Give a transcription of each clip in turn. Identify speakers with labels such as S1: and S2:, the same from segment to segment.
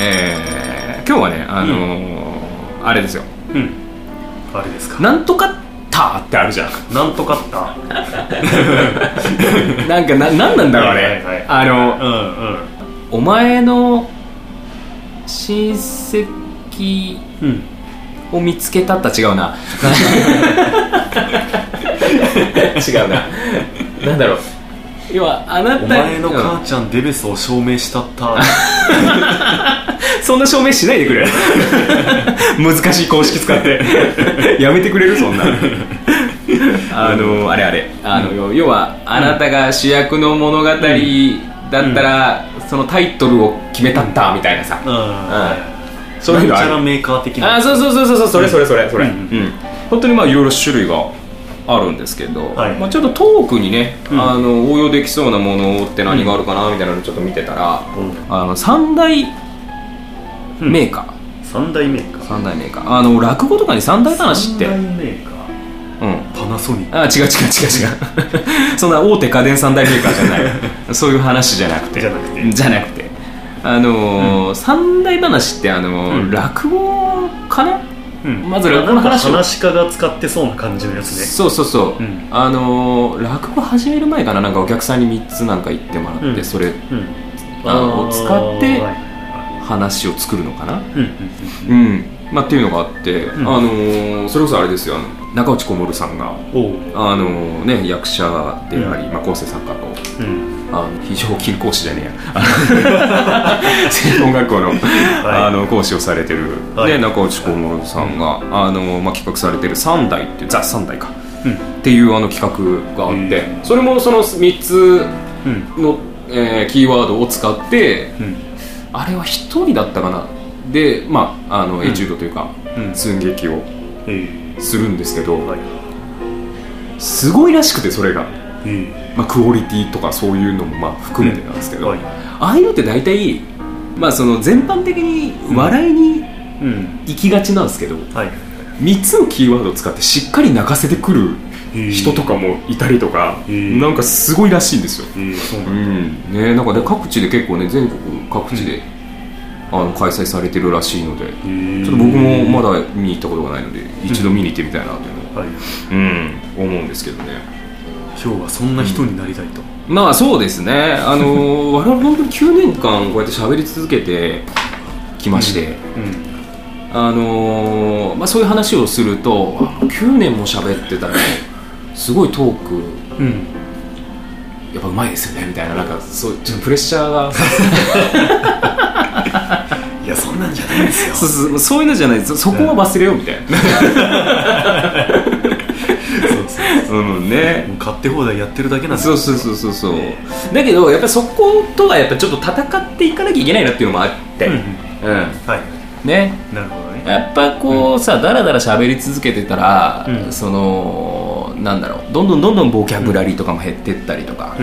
S1: えー、今日はね、あのーあれですよ
S2: うんあれですか
S1: なんとかターってあるじゃん
S2: なんとかった
S1: なんかななんなんだろうあれ、
S2: はいはいはい
S1: あの
S2: うん
S1: お前の親戚
S2: うんうん
S1: を見つけたった違う な 違うななんだろう要はあなた
S2: お前の
S1: うん
S2: 母ちゃんデベソを証明したった
S1: そんな証明しないでく れ難しい公式使ってやめてくれるそんなあのあれあれあの、要はあなたが主役の物語だったら、そのタイトルを決めたったみたいなさ、
S2: うん
S1: そういうの
S2: な
S1: あ
S2: んちゃ
S1: る
S2: らメーカー的な
S1: あそうそうそうそうそうそれそれそれそれ、
S2: う
S1: うんん本当にまあいろいろ種類があるんですけど、
S2: はい
S1: まあ、ちょっとトークにね、
S2: うん
S1: あの応用できそうなものって何があるかなみたいなのをちょっと見てたら、
S2: うん
S1: あの三大メーカー、
S2: 三大メーカー
S1: 三大メーカーあの落語とかに三大話って、う
S2: 三大
S1: ん、
S2: メーカーパナソニック
S1: あ違う違う違う 違うそんな大手家電三大メーカーじゃないそういう話じゃなくて
S2: じゃなくて
S1: じゃなくてあのー三大話ってあのー
S2: うん
S1: 落語かな
S2: うん
S1: まず落語
S2: な
S1: の
S2: んか
S1: 話を
S2: 話し家が使ってそうな感じのやつね
S1: そうそうそう、
S2: うん
S1: あのー落語始める前かななんかお客さんに3つなんか言ってもらって、
S2: うん
S1: それ
S2: うん
S1: あの
S2: ー
S1: 使って
S2: はい
S1: 話を作るのかな
S2: うんうん
S1: うんまあっていうのがあって、
S2: ん
S1: あのーそれこそあれですよあの中内小諸さんが
S2: うんおう
S1: あのーね役者であり、まあ、構成作家と
S2: うん
S1: あの非常勤講師じゃねえやあの専門学校の,、あの講師をされてる、
S2: はい
S1: ね、中内小諸さんが、あのまあ、企画されてる「三代」っていう「ザ・三代」か
S2: うん
S1: っていうあの企画があって、
S2: うん
S1: それもその3つ
S2: うん
S1: の、えーキーワードを使って
S2: うん
S1: あれは1人だったかなでまああの、
S2: ん
S1: エチュードというか
S2: うん
S1: 寸劇を
S2: え
S1: するんですけど、
S2: えはい
S1: すごいらしくてそれが、
S2: え
S1: まあ、クオリティとかそういうのもまあ含めてなんですけ
S2: え
S1: ど、
S2: はい
S1: ああいうのって大体、まあ、その全般的に笑いに
S2: うん
S1: 行きがちなんですけど、
S2: はい
S1: 3つのキーワードを使ってしっかり泣かせてくる人とかもいたりとか、
S2: へー
S1: なんかすごいらしいんですよ。
S2: ええそうな
S1: うん
S2: だ
S1: んね、なんかね各地で結構ね全国各地で、あの開催されてるらしいので、
S2: え
S1: ちょ
S2: え
S1: っと僕もまだ見に行ったことがないので一度見に行ってみたいなというのを、
S2: はい
S1: うん思うんですけどね
S2: 今日はそんな人になりたいと
S1: まあそうですねあのー 我々本当に9年間こうやって喋り続けてきまして、
S2: うん
S1: あのーまあ、そういう話をするとあ9年も喋ってたらすごいトーク
S2: うん
S1: やっぱうまいですよねみたいななんかそうちょっとプレッシャー が
S2: いやそんなんじゃないんですよ
S1: そうそうそういうのじゃないそそこは忘れようみたいな
S2: そうそう
S1: うんね
S2: もう買って放題やってるだけなんです
S1: そうそうそうそうそうだけどやっぱそことはやっぱちょっと戦っていかなきゃいけないなっていうのもあって
S2: うん
S1: うん
S2: はい
S1: ね
S2: なるほどね
S1: やっぱこうさだらだら喋り続けてたら、
S2: うん
S1: そのなんだろうどんどんどんどんボキャブラリーとかも減ってったりとか、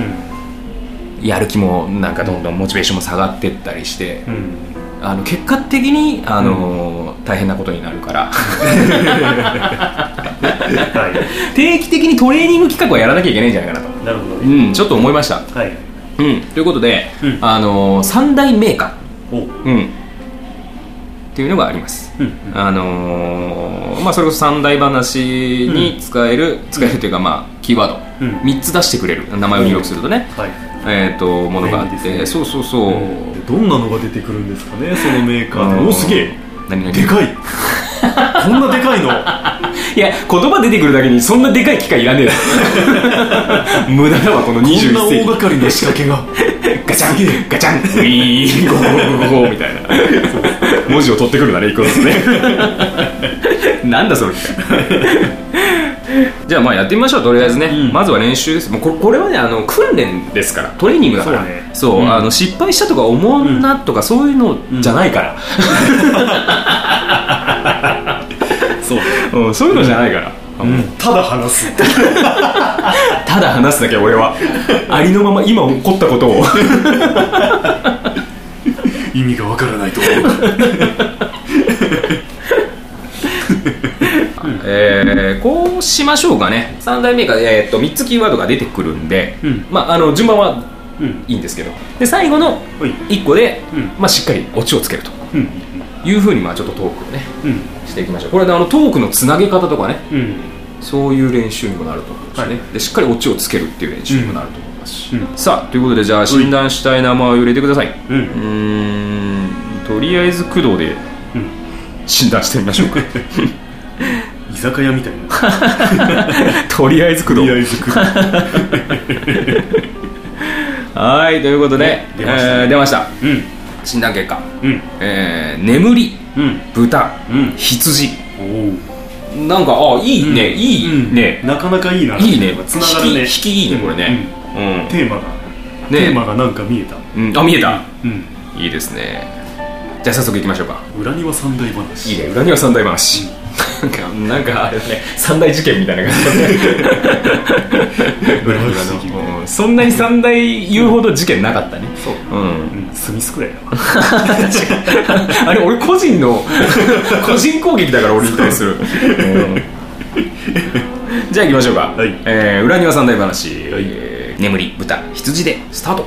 S2: う
S1: やる気もなんかどんどんモチベーションも下がってったりして、
S2: んうん
S1: あの結果的にあのー、大変なことになるから
S2: は
S1: 定期的にトレーニング企画はやらなきゃいけないんじゃないかなと、
S2: いなるほど
S1: う
S2: ね
S1: ん、ちょっと思いました、
S2: はい
S1: うん、ということで、
S2: うん
S1: あのー、三大メーカ
S2: おう
S1: ー、うん、っていうのがあります
S2: うん
S1: あのーまあ、それこそ三大話に使える、使えるというか、まあ、キーワード、
S2: うん
S1: 3つ出してくれる名前を入力するとね、
S2: はい
S1: えー、とものがあっ
S2: 便利
S1: て、
S2: です
S1: そ
S2: ね
S1: うそうそう、
S2: でどんなのが出てくるんですかねそのメーカー
S1: あ
S2: で
S1: のー
S2: おおすげえ
S1: 何々
S2: でかいこんなでかいの
S1: いや言葉出てくるだけにそんなでかい機械いらねえだ ろ無駄だわこの
S2: こん
S1: 21
S2: な大
S1: 世紀
S2: 掛かりな仕掛け が
S1: ガチャンガチャンウィーンゴーゴーみたいな文字を取ってくるなら一個ですねなんだそれじゃあまあやってみましょうとりあえずね、
S2: うん
S1: まずは練習ですもうここれはねあの訓練ですからトレーニングだから
S2: そうね
S1: そう
S2: うん
S1: あの失敗したとか思うなとか、そういうのじゃないから、
S2: そう
S1: うんそういうのじゃないから、
S2: ただ話す
S1: ただ話すだけ俺はありのまま今起こったことを
S2: 意味がわからないと思う
S1: えーこうしましょうかね3代目が、えー、と3つキーワードが出てくるんで、
S2: うん
S1: まあ、あの順番は
S2: うん
S1: いいんですけどで最後の
S2: はい
S1: 1個で、
S2: うん
S1: まあ、しっかりオチをつけると
S2: うん
S1: いうふうにまあちょっとトークをね
S2: うん
S1: していきましょうこれであのトークのつなげ方とかね
S2: うん
S1: そういう練習にもなると思うしね、
S2: はい
S1: でしっかりオチをつけるっていう練習にもなると思いますし、
S2: うん
S1: さあということでじゃあ診断したい名前を入れてください
S2: うん
S1: うーんとりあえず工藤で
S2: うん
S1: 診断してみま しょうか
S2: 居酒屋みたいな
S1: とりあえず工
S2: と
S1: 藤
S2: りあえず来る
S1: はいということで、
S2: ね出ましたね
S1: えー出ました
S2: うん
S1: 診断結果、
S2: うん
S1: えー眠り
S2: うん
S1: 豚、
S2: うん
S1: 羊
S2: おお
S1: なんかあいいね、いいね、
S2: なかなかいいない
S1: いね
S2: つながるね
S1: 引き引きいいねこれねうん、
S2: うんテーマがテーマがなんか見えた
S1: うんあ見えた
S2: うん
S1: いいですねじゃあ早速いきましょうか
S2: 裏庭三大話
S1: いいね裏には三大話、なんかなんかあれだね三大事件みたいな感じだ ね
S2: 裏庭三大
S1: うんそんなに三大言うほど事件なかったね
S2: そう
S1: うん
S2: うんスミスくらいだわ
S1: あれ俺個人の個人攻撃だから俺に対する、うんじゃあ行きましょうか、
S2: はい
S1: えー裏庭三大話、
S2: はい
S1: えー眠り豚羊でス タート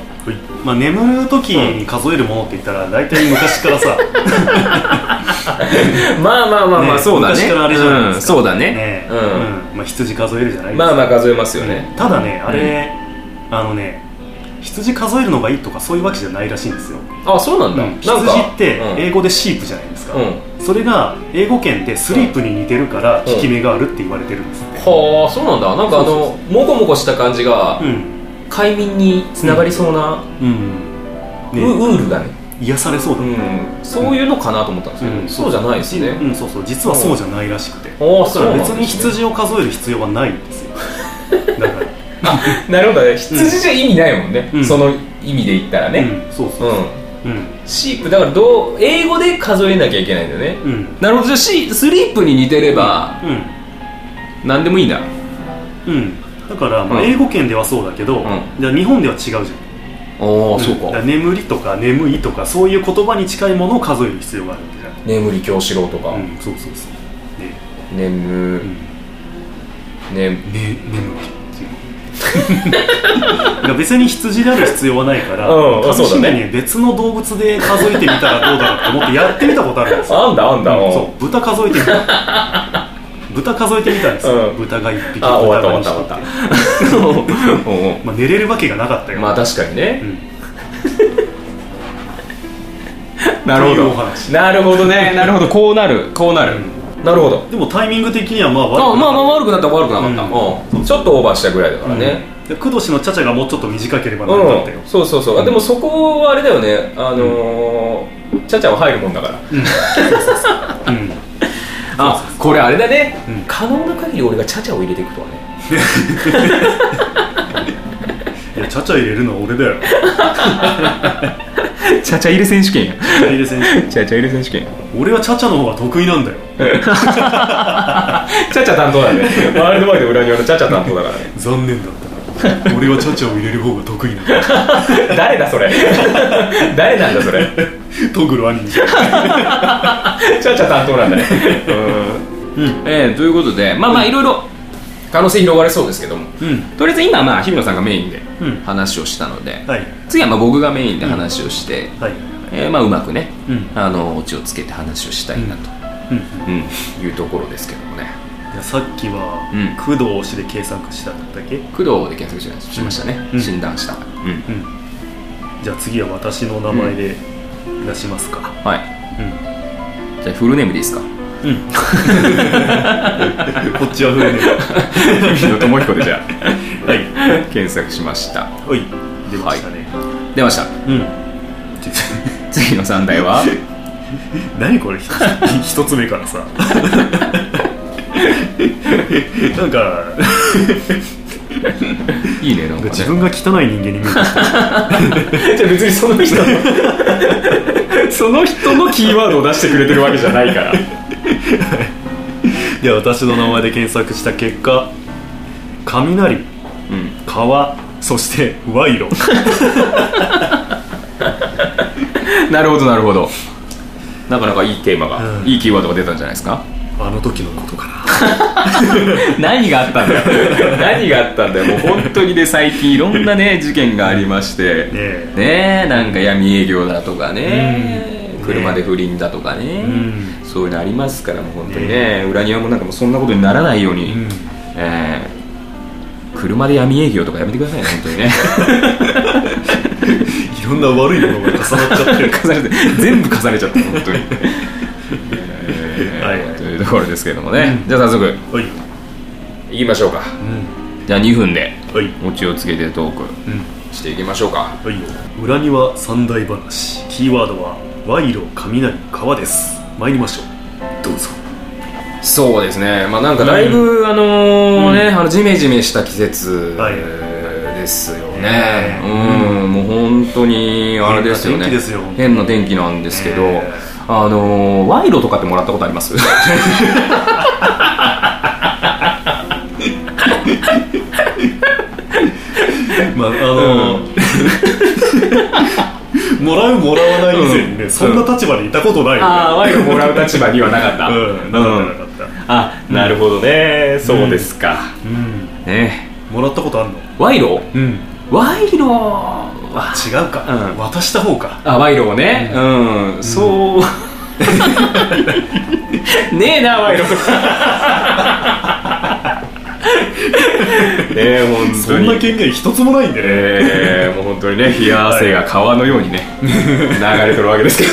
S2: まあ眠る時に数えるものって言ったら大体昔からさ
S1: まあまあまあまあ、
S2: ね
S1: そうだね
S2: 昔からあれじゃないですか
S1: うんそうだね
S2: ね
S1: う
S2: うんんまあ羊数えるじゃないですか
S1: まあまあ数えますよね、
S2: ただねあれあのね羊数えるのがいいとかそういうわけじゃないらしいんですよ
S1: あそうなんだ、なんか
S2: 羊って
S1: うん
S2: 英語でシープじゃないですか
S1: うん
S2: それが英語圏でスリープに似てるから
S1: うん
S2: 効き目があるって言われてるんですね
S1: はあそうなんだなんかあ
S2: そうそう
S1: のもこもこした感じが、
S2: うん
S1: 快眠につながりそうな、
S2: うん
S1: う
S2: ね
S1: ウールがね、
S2: 癒されそうだ
S1: うん、そういうのかなと思ったんですけど、
S2: うん
S1: そうじゃないですね、
S2: うんそうそう実はそうじゃないらしくて
S1: ああ
S2: だ
S1: そ
S2: か
S1: う
S2: ら
S1: なん
S2: 別
S1: ですね
S2: に羊を数える必要はないんですよだ から
S1: あなるほどね羊じゃ意味ないもんね、
S2: うん
S1: その意味で言ったらね
S2: うんそう
S1: う
S2: そ
S1: ん、
S2: ううん
S1: シープだからどう英語で数えなきゃいけないんだよね、
S2: うん
S1: なるほどじゃあシスリープに似てれば
S2: うん
S1: 何でもいいんだ
S2: うんだからまあ
S1: うん
S2: 英語圏ではそうだけど
S1: ん
S2: じゃあ日本では違うじゃん
S1: ああそう
S2: だら
S1: か
S2: 眠りとか眠いとかそういう言葉に近いものを数える必要があるんだよ
S1: 眠り京志郎とか、
S2: うんそうそうそうねう
S1: 眠
S2: ん
S1: 眠
S2: ね眠りっていう だから別に羊である必要はないから
S1: うんあそうだね
S2: に別の動物で数えてみたらどうだろうと思ってやってみたことあるんですよ
S1: あんだあんだ、うん
S2: そう豚数えてみた豚数えてみたんですよ、
S1: うん
S2: 豚が1匹
S1: あ終わった
S2: 豚
S1: 終わ
S2: が
S1: った
S2: 二匹
S1: 終わったおうお
S2: まあ、寝れるわけがなかった
S1: う
S2: よ、
S1: まあ確かに
S2: う
S1: ね、
S2: ん、
S1: なるほ
S2: というお
S1: ど
S2: 話
S1: なるほどねなるほどこうなるこうなる、なるほど
S2: でもタイミング的にはまあ悪くなか
S1: あ
S2: った
S1: まあまあ悪くなった悪くなかった、
S2: う
S1: うんちょっとオーバーしたぐらいだからね、
S2: で工藤氏のチャチャがもうちょっと短ければなかったよ
S1: うん、、そうそうそう、あでもそこはあれだよねあのーちゃちゃは入るもんだから
S2: うん、
S1: あこれあれだね、
S2: うん
S1: 可能な限り俺がちゃちゃを入れていくとはね
S2: いやチャチャ入れるのは俺だよ
S1: ちゃちゃ入れ選手権や
S2: 入れ選手
S1: ちゃちゃ入れ選手権
S2: 俺はチャチャの方が得意なんだよ
S1: ちゃちゃ担当だねワールドワイド裏庭のちゃちゃ担当だからね
S2: 残念だったな俺はチャチャを入れる方が得意なんだよ
S1: 誰だそ れ誰なんだそれ
S2: トグロ兄貴
S1: ちゃちゃ担当なんだねうん、えーということでまあまあいろいろ可能性広がれそうですけども
S2: うん
S1: とりあえず今はまあ日比野さんがメインで
S2: うん
S1: 話をしたので、
S2: はい
S1: 次はまあ僕がメインで話をして、
S2: はい
S1: えーまあうまくね、
S2: うん
S1: あのオチをつけて話をしたいなと、
S2: うん、い
S1: うんいうところですけどもね
S2: やさっきは、
S1: うん
S2: 工藤氏で計算したんだっけうん
S1: 工藤で検索しましたしましたね、
S2: うん
S1: 診断した、うん
S2: じゃあ次は私の名前で出しますか
S1: はい
S2: うん
S1: じゃあフルネームでいいですか
S2: うん、 こっちは船
S1: 日比野智彦でじゃ
S2: は
S1: あ 検索しました
S2: いはい出ましたね、
S1: 出ました
S2: うんちょ
S1: 次の3題 は
S2: 何これ一つ一つ目からさなんか
S1: いいねなんかね
S2: 自分が汚い人間に見えてきた
S1: じゃあ別にその 人のその人のキーワードを出してくれてるわけじゃないから
S2: で私の名前で検索した結果雷
S1: うん
S2: 川そして賄賂
S1: なるほどなるほどなかなかいいテーマが、
S2: うん
S1: いいキーワードが出たんじゃないですか
S2: あの時のことか
S1: 何があったんだよ 何があったんだよもう本当にね最近いろんなね事件がありまして
S2: なねえ
S1: ねえなんか闇営業だとかね、車で不倫だとかね、
S2: うん
S1: そういうのありますからもう本当にね
S2: ね
S1: 裏庭もなんかもうそんなことにならないように、
S2: うん
S1: えー車で闇営業とかやめてくださいね本当 にね
S2: いろんな悪いものが重なっちゃってる
S1: 重ねて全部重ねちゃった本 当に、えー
S2: はい
S1: というところですけどもね、
S2: うん
S1: じゃあ早速
S2: はい
S1: いきましょうか
S2: うん
S1: じゃあ2分で
S2: はい
S1: オチをつけてトーク
S2: うん
S1: していきましょうか
S2: はいよ裏庭三大話キーワードは賄賂雷川です参りましょうどうぞ
S1: そうですね、まあ、なんかだいぶ、あのーね、あのジメジメした季節
S2: はい
S1: ですよね
S2: ね、
S1: うん、もう本当にあれですよね、
S2: 変な天気ですよ
S1: 変な天気なんですけど、
S2: ね
S1: あのー賄賂とかってもらったことあります
S2: まああのもらうもらわない以前にね、
S1: うん
S2: そんな立場にいたことないよね
S1: ああ、賄賂もらう立場にはなかった。
S2: うんなかったなかっ た
S1: あなるほどね、そうですか。
S2: うん
S1: ね、
S2: もらったことあんの
S1: 賄賂
S2: うん
S1: 賄賂は
S2: 違うか、
S1: うん
S2: 渡した方か
S1: あ賄賂をねうん、 そうねえな賄賂 ねえ本当に
S2: そんな権限一つもないんでね、
S1: えーもう本当にね冷や汗が川のようにね、流れてるわけですけど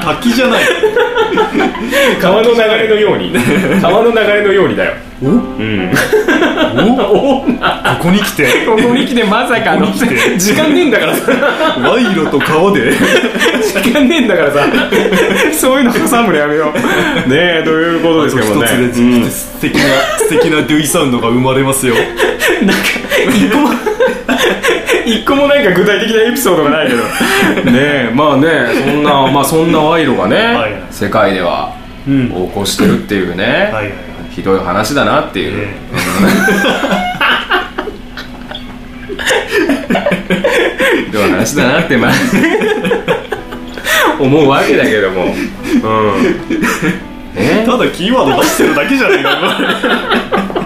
S2: 滝じ ゃない
S1: 川の流れのように川の流れのようにだよ
S2: お
S1: うん
S2: おここに来て
S1: ここに来てまさかの
S2: ここに来て
S1: 時間ねえんだから さ
S2: 賄賂と川で
S1: 時間ねえんだからさ そういうの挟むのやめようねえということです
S2: 一
S1: けどもね
S2: つで、
S1: うん
S2: 素敵な素敵なデュイサウンドが生まれますよ
S1: なんか一個も一個もなんか具体的なエピソードが ないけどねえまあねそんなまあそんな賄賂がね、
S2: はいはい
S1: 世界では
S2: うん
S1: 横行してるっていうね、
S2: はいはいはい
S1: ひどい話だなっていう、
S2: え
S1: ひどい話だなってまあ 思うわけだけどもうんえ
S2: えただキーワード出してるだけじゃねえか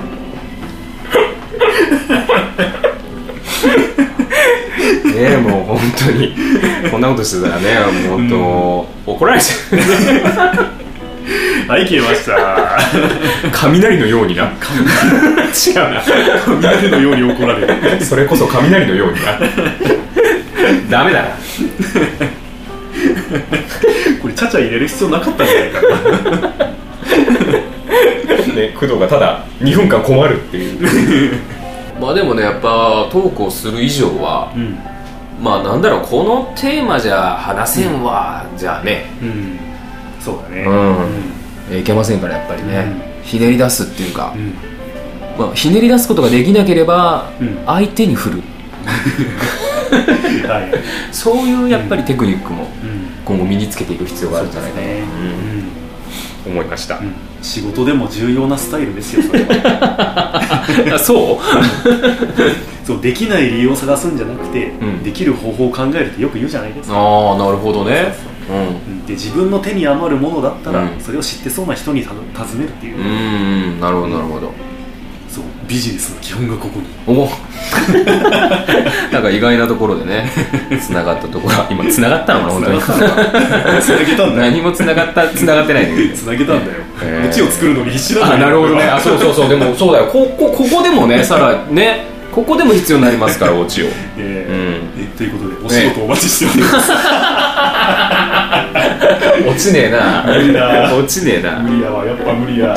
S1: ねえもう本当にこんなことしてたらねもう本当、怒られちゃう
S2: お前はい消えました
S1: 雷のようにな 違うな
S2: 雷のように怒られる
S1: それこそ雷のようになダメだな
S2: これちゃちゃ入れる必要なかったんじゃないかな
S1: ね、工藤がただ2分間困るっていう まあでもねやっぱトークをする以上は
S2: うん
S1: まあなんだろうこのテーマじゃ話せんわ、じゃあね
S2: うんそうだね
S1: うんえーいけませんからやっぱりね、ひねり出すっていうか
S2: う、ん
S1: まあ、ひねり出すことができなければ
S2: うん
S1: 相手に振る、
S2: はい
S1: そういうやっぱりテクニックも
S2: うん
S1: 今後身につけていく必要があ
S2: そ
S1: る
S2: うん
S1: じゃ
S2: で
S1: ない
S2: す
S1: かな、
S2: ね
S1: うん思いました
S2: うん、うん仕事でも重要なスタイルですよそれは
S1: あ そう
S2: そうできない理由を探すんじゃなくて、
S1: ん
S2: できる方法を考えるってよく言うじゃないですか
S1: ああなるほどねうん
S2: うんで自分の手に余るものだった
S1: う
S2: ら、
S1: ん
S2: それを知ってそうな人にた尋ねるっていう
S1: ー
S2: う、
S1: んなるほどなるほど
S2: そうビジネスの基本がここに
S1: おなんか意外なところでねつながったところ今つながったのかな本当に
S2: 繋がったんだ繋げたんだよ
S1: 何もつながったつながってないね
S2: つなげたんだよ
S1: へー
S2: オチを作るのに必死な
S1: あ
S2: ん
S1: な
S2: だ
S1: る
S2: よ
S1: ほどねあそうそうそうでもそうだよここここでもねさらねここでも必要になりますからオチを
S2: え
S1: う
S2: ーえということでお仕事お待ちしており ます、
S1: 落ちねえな
S2: 無理 だ
S1: 落ちねえな
S2: 無理やわやっぱ無理や